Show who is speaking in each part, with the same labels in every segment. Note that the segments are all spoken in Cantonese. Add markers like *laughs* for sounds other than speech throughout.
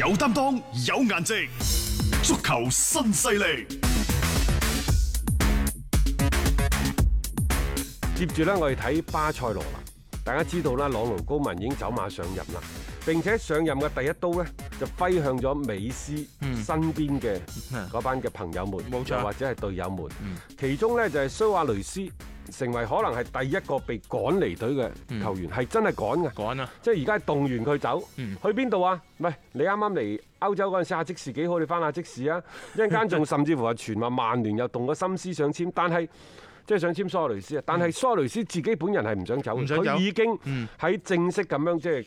Speaker 1: 有擔當，有顏值，足球新勢力。
Speaker 2: 接住呢，我哋睇巴塞羅那。大家知道啦，朗奴高文已經走馬上任啦，並且上任嘅第一刀呢，就揮向咗美斯身邊嘅嗰班嘅朋友們，
Speaker 3: 嗯冇錯嗯
Speaker 2: 又或者係隊友們。其中呢，就係蘇亞雷斯成為可能係第一個被趕離隊
Speaker 3: 嗯
Speaker 2: 嘅球員，係真係趕嘅。
Speaker 3: 趕啊！
Speaker 2: 即係而家係動員佢走，
Speaker 3: 嗯
Speaker 2: 去邊度啊？唔係你啱啱嚟歐洲嗰陣時，阿積士幾好，你翻阿積士啊！一陣間
Speaker 3: *laughs*
Speaker 2: 仲甚至乎係傳話曼聯又動咗心思想簽，但係即係想簽蘇亞雷斯啊！但係蘇亞雷斯自己本人係唔想走嘅，
Speaker 3: 嗯唔想走
Speaker 2: 佢已經
Speaker 3: 嗯
Speaker 2: 喺正式咁樣即係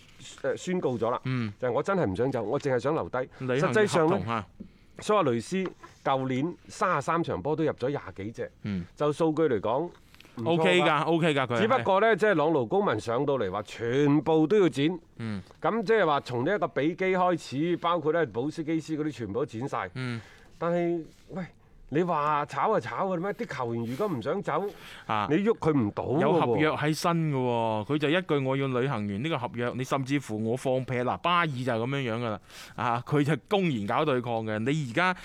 Speaker 2: 誒宣告咗啦，
Speaker 3: 嗯
Speaker 2: 就係我真係唔想走，我淨係想留低。
Speaker 3: 履
Speaker 2: 實
Speaker 3: 行
Speaker 2: 際上
Speaker 3: 合
Speaker 2: 呢
Speaker 3: 同。啊，
Speaker 2: 蘇亞雷斯舊年三十三場波都入咗廿幾隻，
Speaker 3: 嗯
Speaker 2: 就數據嚟講唔錯
Speaker 3: O K 㗎，O K 㗎佢係。
Speaker 2: 只不過呢，即係朗奴公民上到嚟話，全部都要剪。
Speaker 3: 嗯
Speaker 2: 咁即係話從呢一個比基開始，包括咧保斯基斯嗰啲全部都剪晒。
Speaker 3: 嗯
Speaker 2: 但係喂，你話炒就炒嘅咩？啲球員如果唔想走，
Speaker 3: 啊
Speaker 2: 你。喐佢唔到㗎喎
Speaker 3: 有合約喺身嘅喎，佢就一句我要履行完呢個合約，你甚至乎我放屁嗱，巴爾就係咁樣樣噶啦，啊佢就公然搞對抗嘅，你而家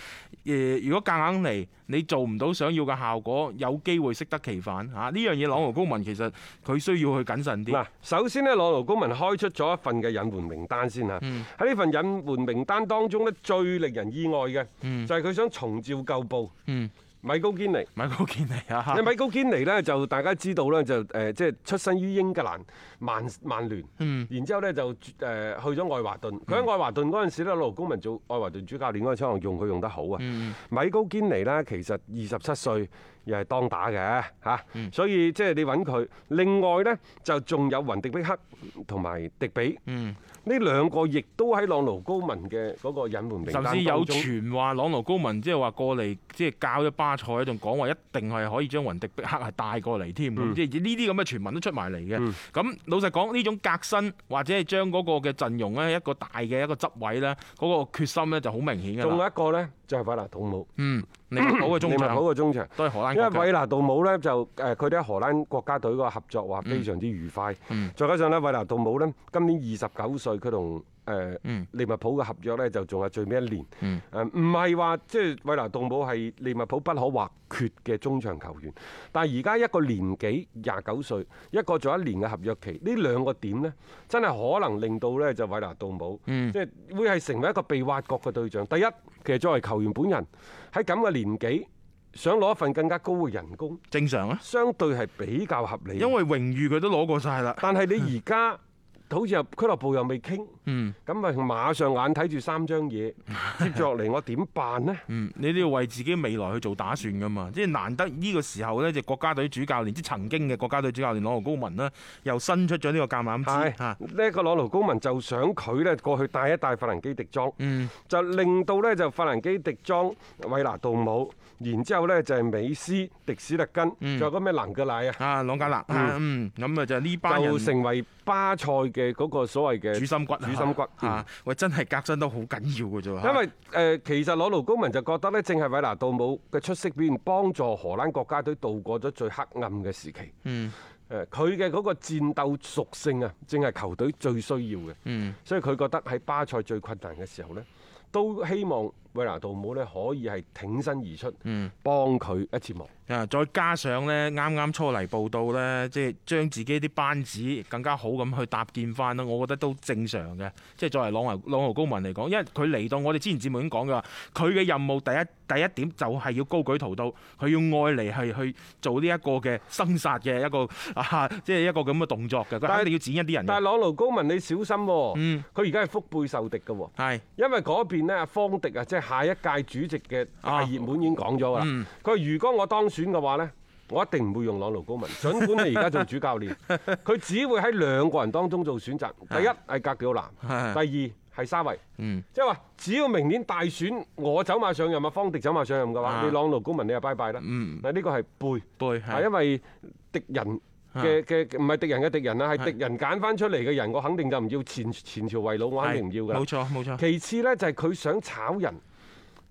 Speaker 3: 誒如果夾硬嚟，你做唔到想要嘅效果，有機會適得其反嚇，啊呢樣嘢朗豪高文其實佢需要去謹慎啲
Speaker 2: 嗱，，首先呢，朗奴公民開出咗一份嘅隱瞞名單先嚇。喺
Speaker 3: 嗯
Speaker 2: 呢、份隱瞞名單當中呢，最令人意外嘅、
Speaker 3: 嗯
Speaker 2: 就係佢想重召舊部
Speaker 3: 嗯，
Speaker 2: 米高堅尼。
Speaker 3: 米高健尼啊，
Speaker 2: 你米高堅尼呢，就大家知道呢，就誒即係出身於英格蘭曼曼聯，
Speaker 3: 嗯
Speaker 2: 然之後呢，就誒呃去咗愛華頓。佢喺愛華頓嗰陣時咧，羅公民做愛華頓主教練嗰陣時，可能用佢用得好啊。
Speaker 3: 嗯
Speaker 2: 米高堅尼呢，其實二十七歲又係當打嘅嚇，
Speaker 3: 嗯
Speaker 2: 所以即係你揾佢。另外呢，就仲有雲迪碧克同埋迪比
Speaker 3: 嗯，
Speaker 2: 呢兩個，亦都喺朗奴高文嘅嗰個隱瞞名
Speaker 3: 甚
Speaker 2: 單
Speaker 3: 至有
Speaker 2: 當中。
Speaker 3: 傳話朗豪高文即係話過嚟，即係教咗巴塞，仲講話一定係可以將雲迪碧克係帶過嚟添，
Speaker 2: 嗯
Speaker 3: 咁即係呢啲咁嘅傳聞都出埋嚟嘅。
Speaker 2: 嗯
Speaker 3: 咁老實講，呢種革新或者係將嗰個嘅陣容咧一個大嘅一個執位咧，嗰、個決心咧就好明顯
Speaker 2: 仲
Speaker 3: 㗎啦。
Speaker 2: 有一個呢，就係韋拿杜姆，
Speaker 3: 嗯，利物浦嘅
Speaker 2: 利
Speaker 3: 中
Speaker 2: 物浦
Speaker 3: 場
Speaker 2: 嘅中場。
Speaker 3: 都係荷蘭
Speaker 2: 因為
Speaker 3: 國腳
Speaker 2: 韋拿杜姆呢，就誒，佢哋喺荷蘭國家隊個合作話非常之愉快。
Speaker 3: 嗯
Speaker 2: 再加上呢，韋拿杜姆呢，今年二十九歲，佢同誒
Speaker 3: 嗯
Speaker 2: 利物浦嘅合約呢，就仲係最尾一年。
Speaker 3: 嗯
Speaker 2: 誒唔係話即係韋拿杜姆係利物浦不可或缺嘅中場球員，但係而家一個年紀廿九歲，一個仲有一年嘅合約期，呢兩個點呢，真係可能令到呢就韋拿杜姆。
Speaker 3: 嗯
Speaker 2: 即係會係成為一個被挖角嘅對象。第一，其實作為球員本人喺咁嘅年紀，想攞一份更加高嘅人工，
Speaker 3: 正常啊，
Speaker 2: 相對係比較合理。
Speaker 3: 因為榮譽佢都攞過晒啦。
Speaker 2: 但係你而家
Speaker 3: *laughs*
Speaker 2: 好似又俱樂部又未傾，
Speaker 3: 嗯
Speaker 2: 咁咪馬上眼睇住三張
Speaker 3: *laughs*
Speaker 2: 嘢，接住落嚟我點辦呢？
Speaker 3: 嗯，你都要為自己未來去做打算㗎嘛，即係難得呢個時候咧，就國家隊主教練，即係曾經嘅國家隊主教練朗豪高文啦，又伸出咗呢個橄欖枝
Speaker 2: 係
Speaker 3: 嚇。
Speaker 2: 呢一個朗奴高文就想佢呢過去帶一帶法蘭基迪莊，
Speaker 3: 嗯
Speaker 2: 就令到呢就法蘭基迪莊、韋拿杜姆，然之後呢就係美斯、迪史特根，仲有個咩蘭格乃啊。
Speaker 3: 啊，朗格勒啊嗯，咁啊就呢班人
Speaker 2: 就。成為巴塞嘅嗰個所謂嘅
Speaker 3: 主心骨啊，
Speaker 2: 主心骨。嗯
Speaker 3: 啊！喂，真係革新得好緊要嘅啫喎，
Speaker 2: 因為誒、其實攞勞高文就覺得呢，正係韋拿杜姆嘅出色表現，幫助荷蘭國家隊度過咗最黑暗嘅時期。
Speaker 3: 嗯
Speaker 2: 誒，佢嘅嗰個戰鬥屬性啊，正係球隊最需要嘅。
Speaker 3: 嗯
Speaker 2: 所以佢覺得喺巴塞最困難嘅時候呢，都希望韋拿杜姆呢可以係挺身而出，
Speaker 3: 嗯
Speaker 2: 幫佢一次忙。
Speaker 3: 啊，再加上呢，啱啱初嚟報道呢，即係將自己啲班子更加好咁去搭建翻啦，我覺得都正常嘅。即係作為朗豪朗豪高民嚟講，因為佢嚟到我哋之前節目已經講嘅話，佢嘅任務第一第一點就係要高舉屠刀，佢要愛嚟係去做呢一個嘅生殺嘅一個啊，即係一個咁嘅動作嘅，佢
Speaker 2: 但係
Speaker 3: 肯定要剪一啲人
Speaker 2: 但係
Speaker 3: 嘅。
Speaker 2: 朗奴高文你小心喎、
Speaker 3: 嗯，
Speaker 2: 佢而家係腹背受敵嘅喎。
Speaker 3: 係
Speaker 2: 因為嗰邊咧，阿方迪啊，即係下一屆主席嘅大熱門已經講咗㗎啦。
Speaker 3: 嗯
Speaker 2: 佢話、如果我當選嘅話呢，我一定唔會用朗奴高文。儘管你而家做主教
Speaker 3: *laughs*
Speaker 2: 練，佢只會喺兩個人當中做選擇。第一係格調
Speaker 3: 係
Speaker 2: 南，第二係沙維。
Speaker 3: 啊嗯
Speaker 2: 即係話，只要明年大選我走馬上任啊，方迪走馬上任嘅話，
Speaker 3: 啊
Speaker 2: 你朗奴高文你就拜拜啦。
Speaker 3: 嗯
Speaker 2: 嗱，呢個係背，
Speaker 3: 背
Speaker 2: 係因為敵人。
Speaker 3: 啊
Speaker 2: 嘅嘅唔係敵人嘅敵人啊，係敵人揀翻出嚟嘅人，我肯定就唔要前前朝遺老，我肯定唔要㗎啦
Speaker 3: 啊冇。錯冇錯。
Speaker 2: 其次呢，就係佢想炒人，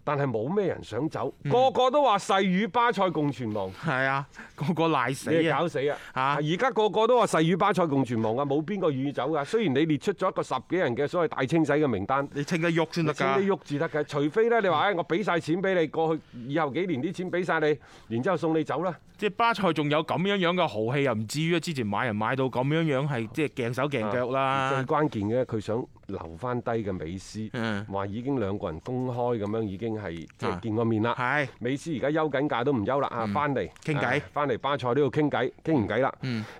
Speaker 2: 但係冇咩人想走，
Speaker 3: 嗯
Speaker 2: 個個都話誓與巴塞共存亡，
Speaker 3: 係啊， *laughs* 個個賴死
Speaker 2: 你
Speaker 3: 啊
Speaker 2: 搞！死啊！
Speaker 3: 嚇
Speaker 2: 而家個個都話誓與巴塞共存亡啊，冇邊個願意走㗎。雖然你列出咗一個十幾人嘅所謂大清洗嘅名單。
Speaker 3: 你清得喐先
Speaker 2: 你
Speaker 3: 得
Speaker 2: 請你
Speaker 3: 㗎。
Speaker 2: 喐至得㗎，除非咧你話唉，哎我俾晒錢俾你，過去以後幾年啲錢俾晒你，然之後送你走啦。
Speaker 3: 即係巴塞仲有咁樣樣嘅豪氣，又唔至於啊！之前買人買到咁樣樣係即係鏡手鏡腳
Speaker 2: 啊最
Speaker 3: 啦。
Speaker 2: 關鍵嘅，佢想留翻低嘅美斯
Speaker 3: 嗯，
Speaker 2: 話已經兩個人公開咁樣已經係即
Speaker 3: 啊
Speaker 2: 係見過面啦。
Speaker 3: 係
Speaker 2: 美斯而家休緊假都唔休啦，啊，翻嚟
Speaker 3: 嗯傾偈嗯
Speaker 2: 啊翻嚟巴塞呢度傾偈，傾完偈啦。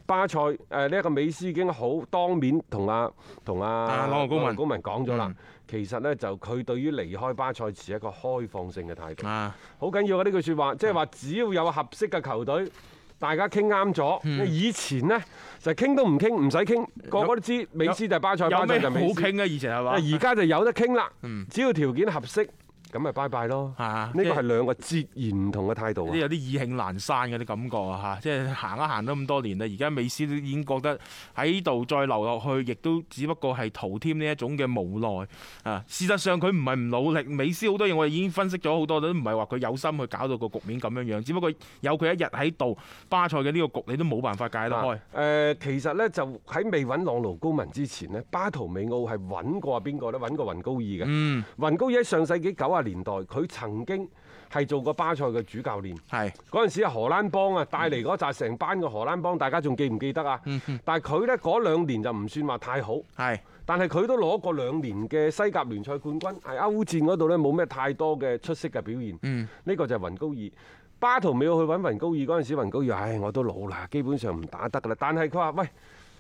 Speaker 2: 巴塞誒呢一個美斯已經好當面同阿同阿
Speaker 3: 啊朗豪高文
Speaker 2: 高文講咗啦
Speaker 3: 嗯。
Speaker 2: 其實呢，就佢對於離開巴塞持一個開放性嘅態度。
Speaker 3: 啊，
Speaker 2: 好緊要啊！呢句説話，即係話只要有合適嘅球隊，大家傾啱咗。
Speaker 3: 嗯
Speaker 2: 以前呢，就傾都唔傾，唔使傾，個個都知美斯就係巴塞，
Speaker 3: 有
Speaker 2: 巴
Speaker 3: 咩
Speaker 2: 塞就
Speaker 3: 好
Speaker 2: 係美斯。
Speaker 3: 傾啊？以前係嘛？
Speaker 2: 而家就有得傾啦
Speaker 3: 嗯，
Speaker 2: 只要條件合適，咁咪拜拜咯。
Speaker 3: 啊
Speaker 2: 呢個係兩個截然唔同嘅態度啊
Speaker 3: 啲！有啲意興闌珊嗰啲感覺啊嚇，即係行一行咗咁多年啦，而家美斯都已經覺得喺度再留落去，亦都只不過係徒添呢一種嘅無奈啊。事實上佢唔係唔努力，美斯好多嘢我哋已經分析咗好多，都唔係話佢有心去搞到個局面咁樣樣，只不過有佢一日喺度，巴塞嘅呢個局你都冇辦法解得開
Speaker 2: 誒、。其實呢，就喺未揾朗奴高文之前呢，巴圖美奧係揾過啊邊個呢？揾過雲高爾嘅。
Speaker 3: 嗯，
Speaker 2: 雲高爾喺上世紀九啊年代，佢曾經係做過巴塞嘅主教練。
Speaker 3: 係
Speaker 2: 嗰陣時啊，荷蘭幫啊帶嚟嗰扎成班嘅荷蘭幫，大家仲記唔記得啊？
Speaker 3: 嗯
Speaker 2: 但係佢呢嗰兩年就唔算話太好，
Speaker 3: 係
Speaker 2: 但係佢都攞過兩年嘅西甲聯賽冠軍，喺歐戰嗰度呢，冇咩太多嘅出色嘅表現。
Speaker 3: 嗯
Speaker 2: 呢個就係雲高爾。巴圖美奧去揾雲高爾嗰陣時，雲高爾唉我都老啦，基本上唔打得㗎啦。但係佢話喂。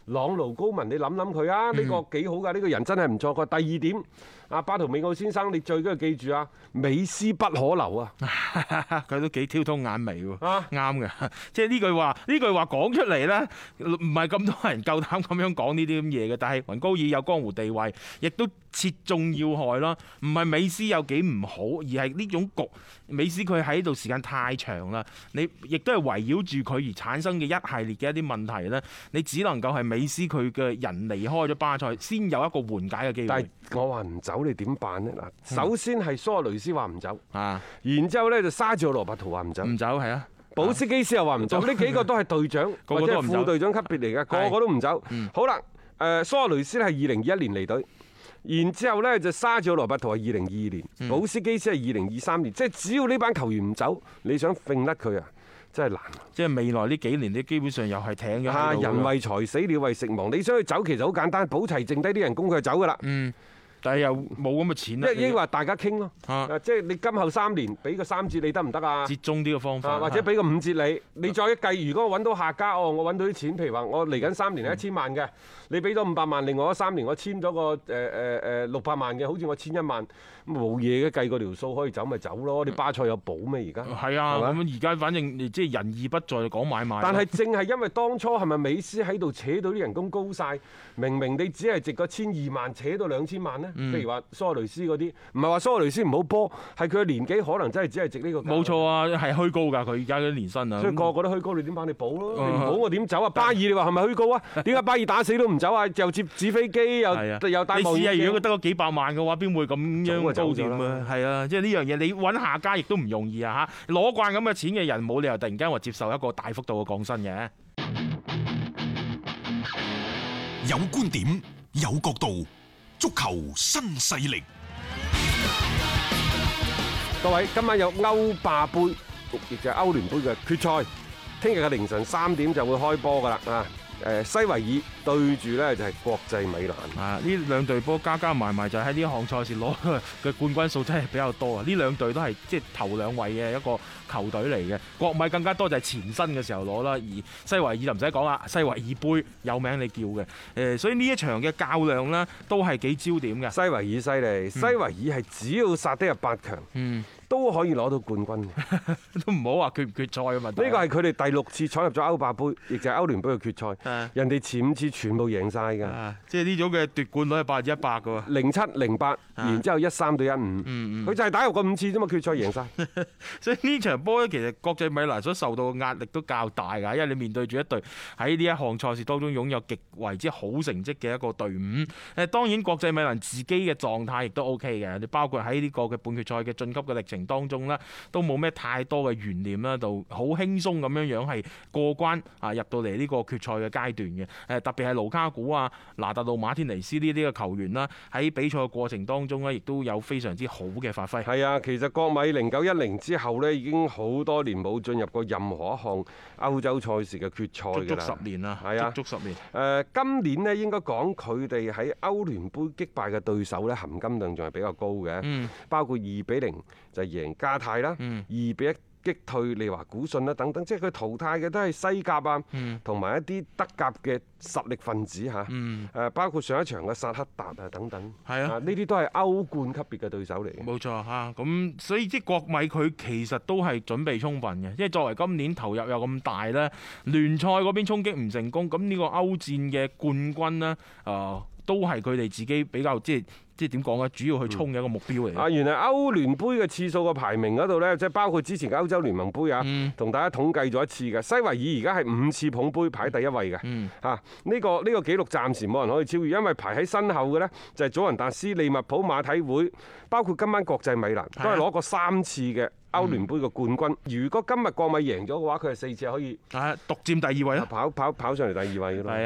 Speaker 2: 朗奴高文，你諗諗佢啊！呢、個幾好㗎，呢、個人真係唔錯㗎。第二點，阿巴圖美奧先生，你最緊要記住啊，美斯不可留啊！
Speaker 3: *laughs* 嗯佢都幾挑通眼眉喎
Speaker 2: 啊，
Speaker 3: 啱嘅， *laughs* 即係呢句話呢句話講出嚟呢，唔係咁多人夠膽咁樣講呢啲咁嘢嘅。但係雲高爾有江湖地位，亦都切中要害啦。唔係美斯有幾唔好，而係呢種局，美斯佢喺度時間太長啦，你亦都係圍繞住佢而產生嘅一系列嘅一啲問題呢，你只能夠係美斯佢嘅人離開咗巴塞，先有一個緩解嘅機
Speaker 2: 但
Speaker 3: 會
Speaker 2: 係我話唔走，你點辦呢？嗱，首先係蘇亞雷斯話唔走，
Speaker 3: 啊！
Speaker 2: 然之後呢就沙治奧羅伯圖話唔走，
Speaker 3: 唔走係啊，
Speaker 2: 保斯基斯又話唔走，呢幾個都係隊長
Speaker 3: *laughs* 個個
Speaker 2: 或
Speaker 3: 都
Speaker 2: 者
Speaker 3: 話
Speaker 2: 係
Speaker 3: 唔走嗯
Speaker 2: 副隊長級別嚟㗎，個個都唔走。好啦，誒蘇亞雷斯係二零二一年離隊。然之後呢，就沙治奧羅伯圖係二零二二
Speaker 3: 嗯
Speaker 2: 年，保斯基斯係二零二三年，即係只要呢班球員唔走，你想揈甩佢啊，真係難啊
Speaker 3: 即係未來呢幾年你基本上又係艇咗
Speaker 2: 啊！
Speaker 3: 喺度㗎啦
Speaker 2: 人為財死，鳥為食亡，你想佢走其實好簡單，保齊剩低啲人工佢就走㗎啦。
Speaker 3: 嗯但係又冇咁嘅錢啦，
Speaker 2: 一應話大家傾咯，
Speaker 3: 啊
Speaker 2: 啊即係你今後三年俾個三折你得唔得啊？
Speaker 3: 折中啲嘅方法，
Speaker 2: 啊，或者俾個五折你，你再一計，如果我揾到下家，哦，我揾到啲錢，譬如話我嚟緊三
Speaker 3: 嗯
Speaker 2: 年係一千萬嘅，你俾咗五百萬，另外嗰三年我簽咗個誒呃誒誒六百萬嘅，好似我簽一萬，咁冇嘢嘅，計個條數可以走咪走咯，你巴塞有保咩而家？
Speaker 3: 嗯係啊，
Speaker 2: 係咪
Speaker 3: 咁而家反正即係仁義不在，講買賣。
Speaker 2: 但係正係因為當初係咪美斯喺度扯到啲人工高晒？明明你只係值個千二萬，扯到兩千萬呢？
Speaker 3: 嗯
Speaker 2: 譬如話蘇亞雷斯嗰啲，唔係話蘇亞雷斯唔好波，係佢嘅年紀可能真係只係值呢個價。
Speaker 3: 冇錯啊，係虛高㗎，佢而家啲年薪啊。
Speaker 2: 所以
Speaker 3: 咁
Speaker 2: 個個都虛高，你點辦？你補咯，
Speaker 3: 嗯
Speaker 2: 你唔補我點走啊？巴爾你話係咪虛高
Speaker 3: *laughs*
Speaker 2: 啊？點解巴爾打死都唔走啊？又接紙飛機，
Speaker 3: 係啊
Speaker 2: 又又戴
Speaker 3: 你
Speaker 2: 望
Speaker 3: 試
Speaker 2: 遠
Speaker 3: 下，如果佢
Speaker 2: 鏡。
Speaker 3: 得嗰幾百萬嘅話，邊會咁
Speaker 2: 早
Speaker 3: 樣
Speaker 2: 就
Speaker 3: 高
Speaker 2: 走
Speaker 3: 點
Speaker 2: 咗
Speaker 3: 啊
Speaker 2: 啦？
Speaker 3: 係啊，即係呢樣嘢，你揾下家亦都唔容易啊嚇！攞慣咁嘅錢嘅人，冇理由突然間話接受一個大幅度嘅降薪嘅。
Speaker 1: 有觀點，有角度，足球新勢力。
Speaker 2: 各位，今晚有歐霸杯，亦就係歐聯杯嘅決賽，聽日嘅凌晨三點就會開波㗎啦啊！誒，西維爾對住呢就係國際米蘭。
Speaker 3: 啊！呢兩隊波加加埋埋就喺呢一項賽事攞 *laughs* 嘅冠軍數真係比較多啊！呢兩隊都係即係頭兩位嘅一個球隊嚟嘅，國米更加多就係前身嘅時候攞啦，而西維爾就唔使講啦，西維爾杯有名你叫嘅，誒、所以呢一場嘅較量呢，都係幾焦點嘅。 *laughs*
Speaker 2: 西維爾犀利，西維爾係只要殺得入八強，
Speaker 3: 嗯，
Speaker 2: 都可以攞到冠
Speaker 3: *laughs*
Speaker 2: 軍嘅。呢
Speaker 3: 都唔好話決唔決賽啊嘅問題。
Speaker 2: 個係佢哋第六次闖入咗歐霸杯，亦就係歐聯杯嘅決賽
Speaker 3: 啊。
Speaker 2: 人哋前五次全部贏晒㗎。
Speaker 3: 啊，即係呢種嘅奪冠率係百分之一百嘅喎。
Speaker 2: 零七零八，然之後一三到一五，
Speaker 3: 啊嗯
Speaker 2: 佢就係打入過五次啫嘛，決賽
Speaker 3: *laughs*
Speaker 2: 贏晒。
Speaker 3: 所以呢場波咧，其實國際米蘭所受到嘅壓力都較大㗎，因為你面對住一隊喺呢一項賽事當中擁有極為之好成績嘅一個隊伍。誒，當然國際米蘭自己嘅狀態亦都 O K 嘅，你包括喺呢個嘅半決賽嘅晉級嘅歷程程當中呢，都冇咩太多嘅懸念啦，就好輕鬆咁樣樣係過關啊，入到嚟呢個決賽嘅階段嘅。誒特別係盧卡古啊、拿達路馬天尼斯呢啲嘅球員啦，喺比賽嘅過程當中呢，亦都有非常之好嘅發揮。
Speaker 2: 係啊，其實國米零九一零之後呢，已經好多年冇進入過任何一項歐洲賽事嘅決賽
Speaker 3: 足
Speaker 2: 㗎
Speaker 3: 足
Speaker 2: 啦。
Speaker 3: 十年啦，
Speaker 2: 係啊
Speaker 3: 足足十年，
Speaker 2: 誒、今年呢應該講佢哋喺歐聯杯擊敗嘅對手呢，含金量仲係比較高嘅，
Speaker 3: 嗯
Speaker 2: 包括二比零就贏加泰啦，二、
Speaker 3: 嗯
Speaker 2: 比一擊退利華古信啦等等，即係佢淘汰嘅都係西甲啊
Speaker 3: 嗯，
Speaker 2: 同埋、一啲德甲嘅實力分子嚇。
Speaker 3: 嗯，
Speaker 2: 誒包括上一場嘅薩克達啊等等，
Speaker 3: 係啊
Speaker 2: 呢啲都係歐冠級別嘅對手嚟嘅。
Speaker 3: 冇錯嚇。咁、所以即係國米佢其實都係準備充分嘅，因為作為今年投入又咁大咧，聯賽嗰邊衝擊唔成功，咁呢個歐戰嘅冠軍呢，誒、都係佢哋自己比較即係即係點講咧，主要去衝嘅一個目標嚟嘅。
Speaker 2: 啊，原來歐聯杯嘅次數嘅排名嗰度呢，即係包括之前嘅歐洲聯盟杯啊，
Speaker 3: 嗯
Speaker 2: 同大家統計咗一次嘅。西維爾而家係五次捧杯排第一位嘅。
Speaker 3: 嗯，
Speaker 2: 嚇！呢個呢個紀錄暫時冇人可以超越，因為排喺身後嘅呢，就係祖雲達斯、利物浦、馬體會，包括今晚國際米蘭
Speaker 3: 係啊
Speaker 2: 都係攞過三次嘅歐聯杯嘅冠軍。如果今日國米贏咗嘅話，佢係四次可以
Speaker 3: 啊，獨佔第二位啦。
Speaker 2: 跑跑跑上嚟第二位嘅咯。
Speaker 3: 係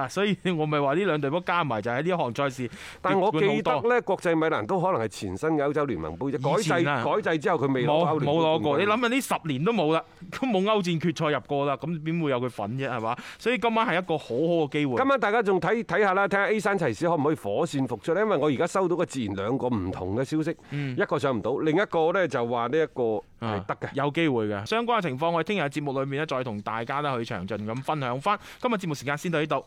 Speaker 3: 啊， *laughs* 所以我咪話呢兩隊波加埋就喺呢一項賽事，
Speaker 2: 但我記
Speaker 3: 記
Speaker 2: 得呢，國際米蘭都可能係前身嘅歐洲聯盟杯啫。
Speaker 3: 以
Speaker 2: 改制
Speaker 3: 前啊
Speaker 2: 改制之後，佢未攞
Speaker 3: 冇
Speaker 2: 歐聯
Speaker 3: 冇攞過，你
Speaker 2: 杯冠軍
Speaker 3: 諗下呢十年都冇啦，都冇歐戰決賽入過啦，咁點會有佢份啫係嘛？所以今晚係一個好好嘅機會。
Speaker 2: 今晚大家仲睇睇下啦，睇下 A 山齊斯可唔可以火線復出呢？因為我而家收到嘅自然兩個唔同嘅消息，
Speaker 3: 嗯
Speaker 2: 一個上唔到，另一個呢就話呢一個係得嘅。
Speaker 3: 啊有機會嘅。相關嘅情況，我哋聽日嘅節目裏面咧，再同大家咧去詳盡咁分享翻。今日節目時間先到呢度。